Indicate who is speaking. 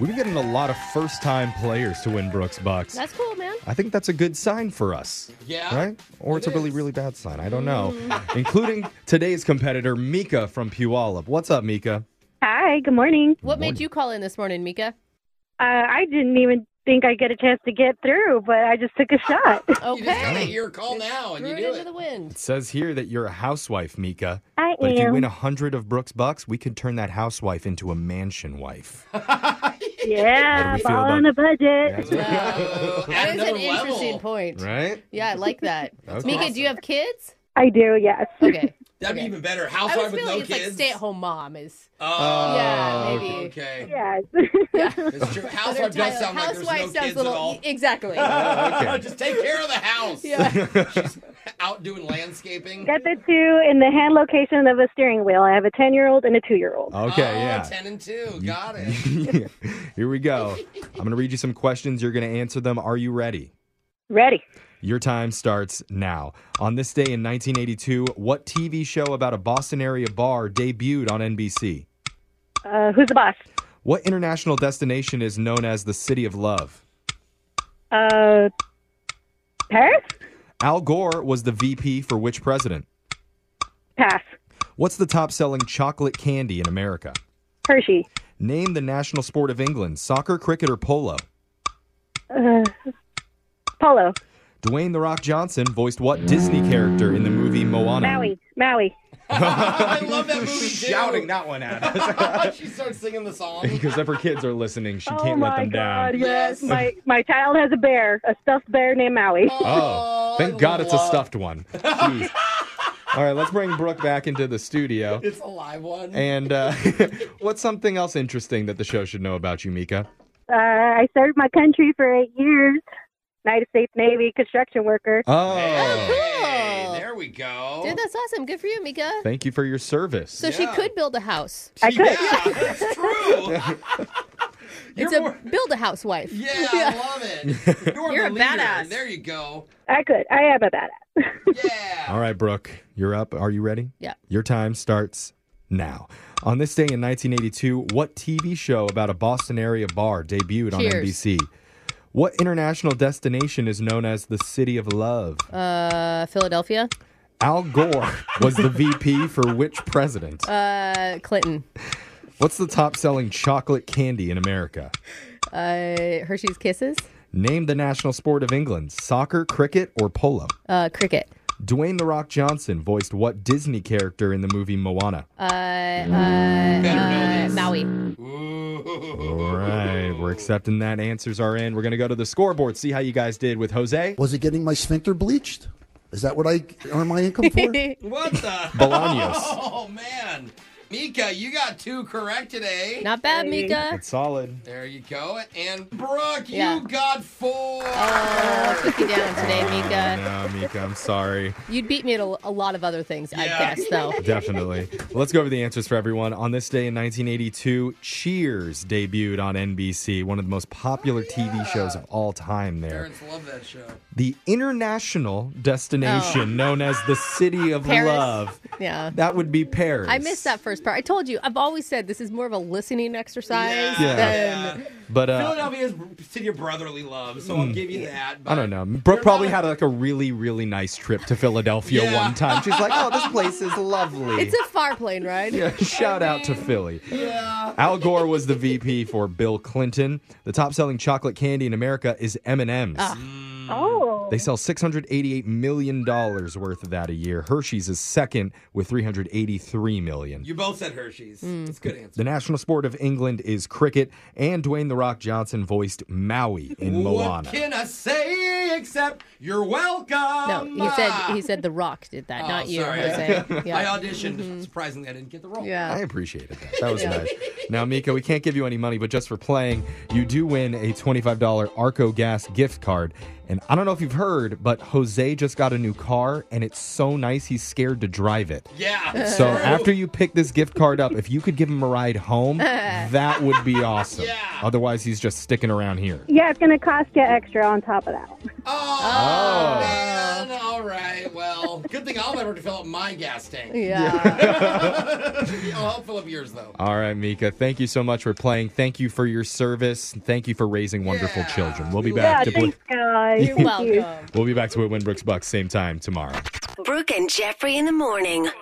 Speaker 1: We've been getting a lot of first time players to win Brooks Bucks.
Speaker 2: That's cool, man.
Speaker 1: I think that's a good sign for us.
Speaker 3: Yeah,
Speaker 1: Right? Or it's
Speaker 3: it
Speaker 1: a really,
Speaker 3: is. Mm.
Speaker 1: really bad sign. I don't know. Including today's competitor, Mika from Puyallup. What's up, Mika?
Speaker 4: Hi, good morning.
Speaker 2: What
Speaker 1: Morning.
Speaker 2: made you call in this morning, Mika?
Speaker 4: Uh, I didn't even think I'd get a chance to get through, but I just took a shot.
Speaker 3: You just gotta
Speaker 2: Okay.
Speaker 3: hear a call now and
Speaker 2: Threw
Speaker 3: you
Speaker 2: it
Speaker 3: do
Speaker 2: into
Speaker 3: it.
Speaker 2: the wind.
Speaker 1: It says here that you're a housewife, Mika.
Speaker 4: I
Speaker 1: But if you
Speaker 4: am.
Speaker 1: win a hundred of Brooks Bucks, we could turn that housewife into a mansion wife. How do
Speaker 4: yeah,
Speaker 1: we feel
Speaker 4: ball on
Speaker 1: about-
Speaker 4: a budget.
Speaker 1: Yeah.
Speaker 3: Wow. At
Speaker 2: That is an
Speaker 3: another level.
Speaker 2: interesting point.
Speaker 1: Right?
Speaker 2: Yeah, I like that.
Speaker 1: That's
Speaker 2: Mika,
Speaker 1: awesome.
Speaker 2: do you have kids?
Speaker 4: I do, yes.
Speaker 2: Okay.
Speaker 3: That'd be
Speaker 2: Okay.
Speaker 3: even better.
Speaker 2: I
Speaker 3: Housewife
Speaker 2: was
Speaker 3: with
Speaker 2: feeling
Speaker 3: no
Speaker 2: it's like
Speaker 3: kids.
Speaker 2: stay-at-home mom is.
Speaker 3: Oh,
Speaker 2: yeah, maybe.
Speaker 3: okay.
Speaker 4: Yes.
Speaker 3: That's true.
Speaker 2: So they're
Speaker 3: Housewife does sound like
Speaker 2: tired.
Speaker 3: there's
Speaker 2: Housewife
Speaker 3: no
Speaker 2: sounds
Speaker 3: kids
Speaker 2: little, e-,
Speaker 3: at all. Oh.
Speaker 2: Exactly.
Speaker 1: Okay.
Speaker 3: Just take care of the house.
Speaker 2: yeah.
Speaker 3: Out doing landscaping.
Speaker 4: Got the two in the hand location of a steering wheel. I have a 10 year old and a two year old.
Speaker 1: Okay,
Speaker 3: oh,
Speaker 1: yeah.
Speaker 3: 10 and 2. Got it.
Speaker 1: Here we go. I'm going to read you some questions. You're going to answer them. Are you ready?
Speaker 4: Ready.
Speaker 1: Your time starts now. On this day in 1982, what TV show about a Boston area bar debuted on NBC?
Speaker 4: Uh, who's the boss?
Speaker 1: What international destination is known as the City of Love?
Speaker 4: Uh, Paris?
Speaker 1: Al Gore was the VP for which president?
Speaker 4: Pass.
Speaker 1: What's the top selling chocolate candy in America?
Speaker 4: Hershey.
Speaker 1: Name the national sport of England soccer, cricket, or polo.
Speaker 4: Uh, Polo.
Speaker 1: Dwayne The Rock Johnson voiced what Disney character in the movie Moana?
Speaker 4: Maui. Maui.
Speaker 3: I love that movie. Too.
Speaker 1: Shouting that one at us.
Speaker 3: she starts singing the song.
Speaker 1: because if her kids are listening, she
Speaker 4: oh
Speaker 1: can't
Speaker 4: my
Speaker 1: let them
Speaker 4: God,
Speaker 1: down.
Speaker 3: Yes.
Speaker 4: Yes. my, my child has a bear, a stuffed bear named Maui.
Speaker 1: Oh,
Speaker 3: I
Speaker 1: thank God it's a
Speaker 3: love-
Speaker 1: stuffed one. Jeez. All right, let's bring Brooke back into the studio.
Speaker 3: It's a live one.
Speaker 1: And uh, what's something else interesting that the show should know about you, Mika?
Speaker 4: Uh, I served my country for eight years. United States Navy construction worker.
Speaker 1: Oh,
Speaker 3: Hey,
Speaker 2: Oh, cool.
Speaker 3: there we go.
Speaker 2: Dude, that's awesome. Good for you, Mika.
Speaker 1: thank you for your service.
Speaker 2: So she
Speaker 3: Yeah.
Speaker 2: could build a house.
Speaker 4: I could.
Speaker 3: Yeah, that's true. You're
Speaker 2: it's a
Speaker 3: more-
Speaker 2: build a house wife.
Speaker 3: Yeah, I love it. You're,
Speaker 2: You're
Speaker 3: the
Speaker 2: a
Speaker 3: leader.
Speaker 2: badass.
Speaker 3: There you go.
Speaker 4: I could. I am a badass.
Speaker 3: Yeah.
Speaker 1: All right, Brooke, you're up. Are you ready?
Speaker 2: Yeah.
Speaker 1: Your time starts now. On this day in 1982, what TV show about a Boston area bar debuted on
Speaker 2: Cheers.
Speaker 1: NBC? What international destination is known as the City of Love?
Speaker 2: Uh, Philadelphia.
Speaker 1: Al Gore was the VP for which president?
Speaker 2: Uh, Clinton.
Speaker 1: What's the top selling chocolate candy in America?
Speaker 2: Uh, Hershey's Kisses.
Speaker 1: Name the national sport of England soccer, cricket, or polo.
Speaker 2: Uh, cricket.
Speaker 1: Dwayne The Rock Johnson voiced what Disney character in the movie Moana?
Speaker 2: Uh, uh,
Speaker 3: Better know
Speaker 2: uh,
Speaker 3: this.
Speaker 2: Maui.
Speaker 3: Ooh.
Speaker 1: All right, we're accepting that. Answers are in. We're going to go to the scoreboard, see how you guys did with Jose
Speaker 5: Was it getting my sphincter bleached? Is that what I earn my income for?
Speaker 3: What the?
Speaker 1: Bolaños.
Speaker 3: Oh man, Mika, you got two correct today.
Speaker 2: Not bad, Mika.
Speaker 1: That's solid.
Speaker 3: There you go. And Brooke,
Speaker 2: Yeah.
Speaker 3: you got four.
Speaker 2: Uh, took you down today, Mika.
Speaker 1: No, Mika, I'm sorry.
Speaker 2: You'd beat me at a, a lot of other things, I
Speaker 3: Yeah.
Speaker 2: guess, though.
Speaker 1: Definitely. Let's go over the answers for everyone. On this day in 1982, Cheers debuted on NBC, one of the most popular TV shows of all time there.
Speaker 3: Parents love that show.
Speaker 1: The international destination known as the City of
Speaker 2: Paris.
Speaker 1: Love.
Speaker 2: Yeah.
Speaker 1: That would be Paris.
Speaker 2: I missed that first part. I told you, I've always said this is more of a listening exercise
Speaker 1: Yeah.
Speaker 2: than.
Speaker 3: yeah.
Speaker 1: But uh,
Speaker 3: Philadelphia is b- city of brotherly love, so I'll give you that. But
Speaker 1: I don't know. Brooke
Speaker 3: You're
Speaker 1: probably
Speaker 3: not
Speaker 1: had like a really, really nice trip to Philadelphia
Speaker 3: Yeah.
Speaker 1: one time. She's like, oh, this place is lovely.
Speaker 2: It's a far plane ride.
Speaker 1: Yeah, shout out to Philly.
Speaker 3: Yeah.
Speaker 1: Al Gore was the VP for Bill Clinton. The top-selling chocolate candy in America is M&M's.
Speaker 4: Oh.
Speaker 1: They sell 688 million dollars worth of that a year. Hershey's is second with 383 million.
Speaker 3: You both said Hershey's. It's a good answer.
Speaker 1: The national sport of England is cricket, and Dwayne the Rock Johnson voiced Maui
Speaker 3: What
Speaker 1: in Moana.
Speaker 3: can I say except you're
Speaker 2: No,
Speaker 3: welcome? Ah.
Speaker 2: he said he said The Rock did that,
Speaker 3: Oh,
Speaker 2: not you,
Speaker 3: sorry.
Speaker 2: Jose. Yeah. Mm-hmm.
Speaker 3: I auditioned. Surprisingly, I didn't get the role.
Speaker 1: I
Speaker 2: yeah.
Speaker 1: appreciated that. That was nice. Now, Mika, we can't give you any money, but just for playing, you do win a $25 Arco Gas gift card. And I don't know if you've heard, but Jose just got a new car, and it's so nice he's scared to drive it.
Speaker 3: Yeah.
Speaker 1: So
Speaker 3: True.
Speaker 1: after you pick this gift card up, if you could give him a ride home, that would be awesome.
Speaker 3: Yeah.
Speaker 1: Otherwise, he's just sticking around here.
Speaker 4: Yeah, it's going to cost you extra on top of that.
Speaker 3: Oh,
Speaker 1: Oh.
Speaker 3: man. All right. Well, good thing I'll never fill up my gas tank.
Speaker 2: Yeah.
Speaker 3: I'll fill up yours though.
Speaker 1: All right, Mika. Thank you so much for playing. Thank you for your service. and Thank you for raising wonderful
Speaker 3: Yeah.
Speaker 1: children. We'll be
Speaker 3: We
Speaker 1: back
Speaker 4: Yeah,
Speaker 1: to
Speaker 4: thanks, guys.
Speaker 2: You're
Speaker 4: Thank you.
Speaker 2: welcome.
Speaker 1: We'll be back to it Winbrooks Bucks same time tomorrow.
Speaker 6: Brooke and Jeffrey in the morning.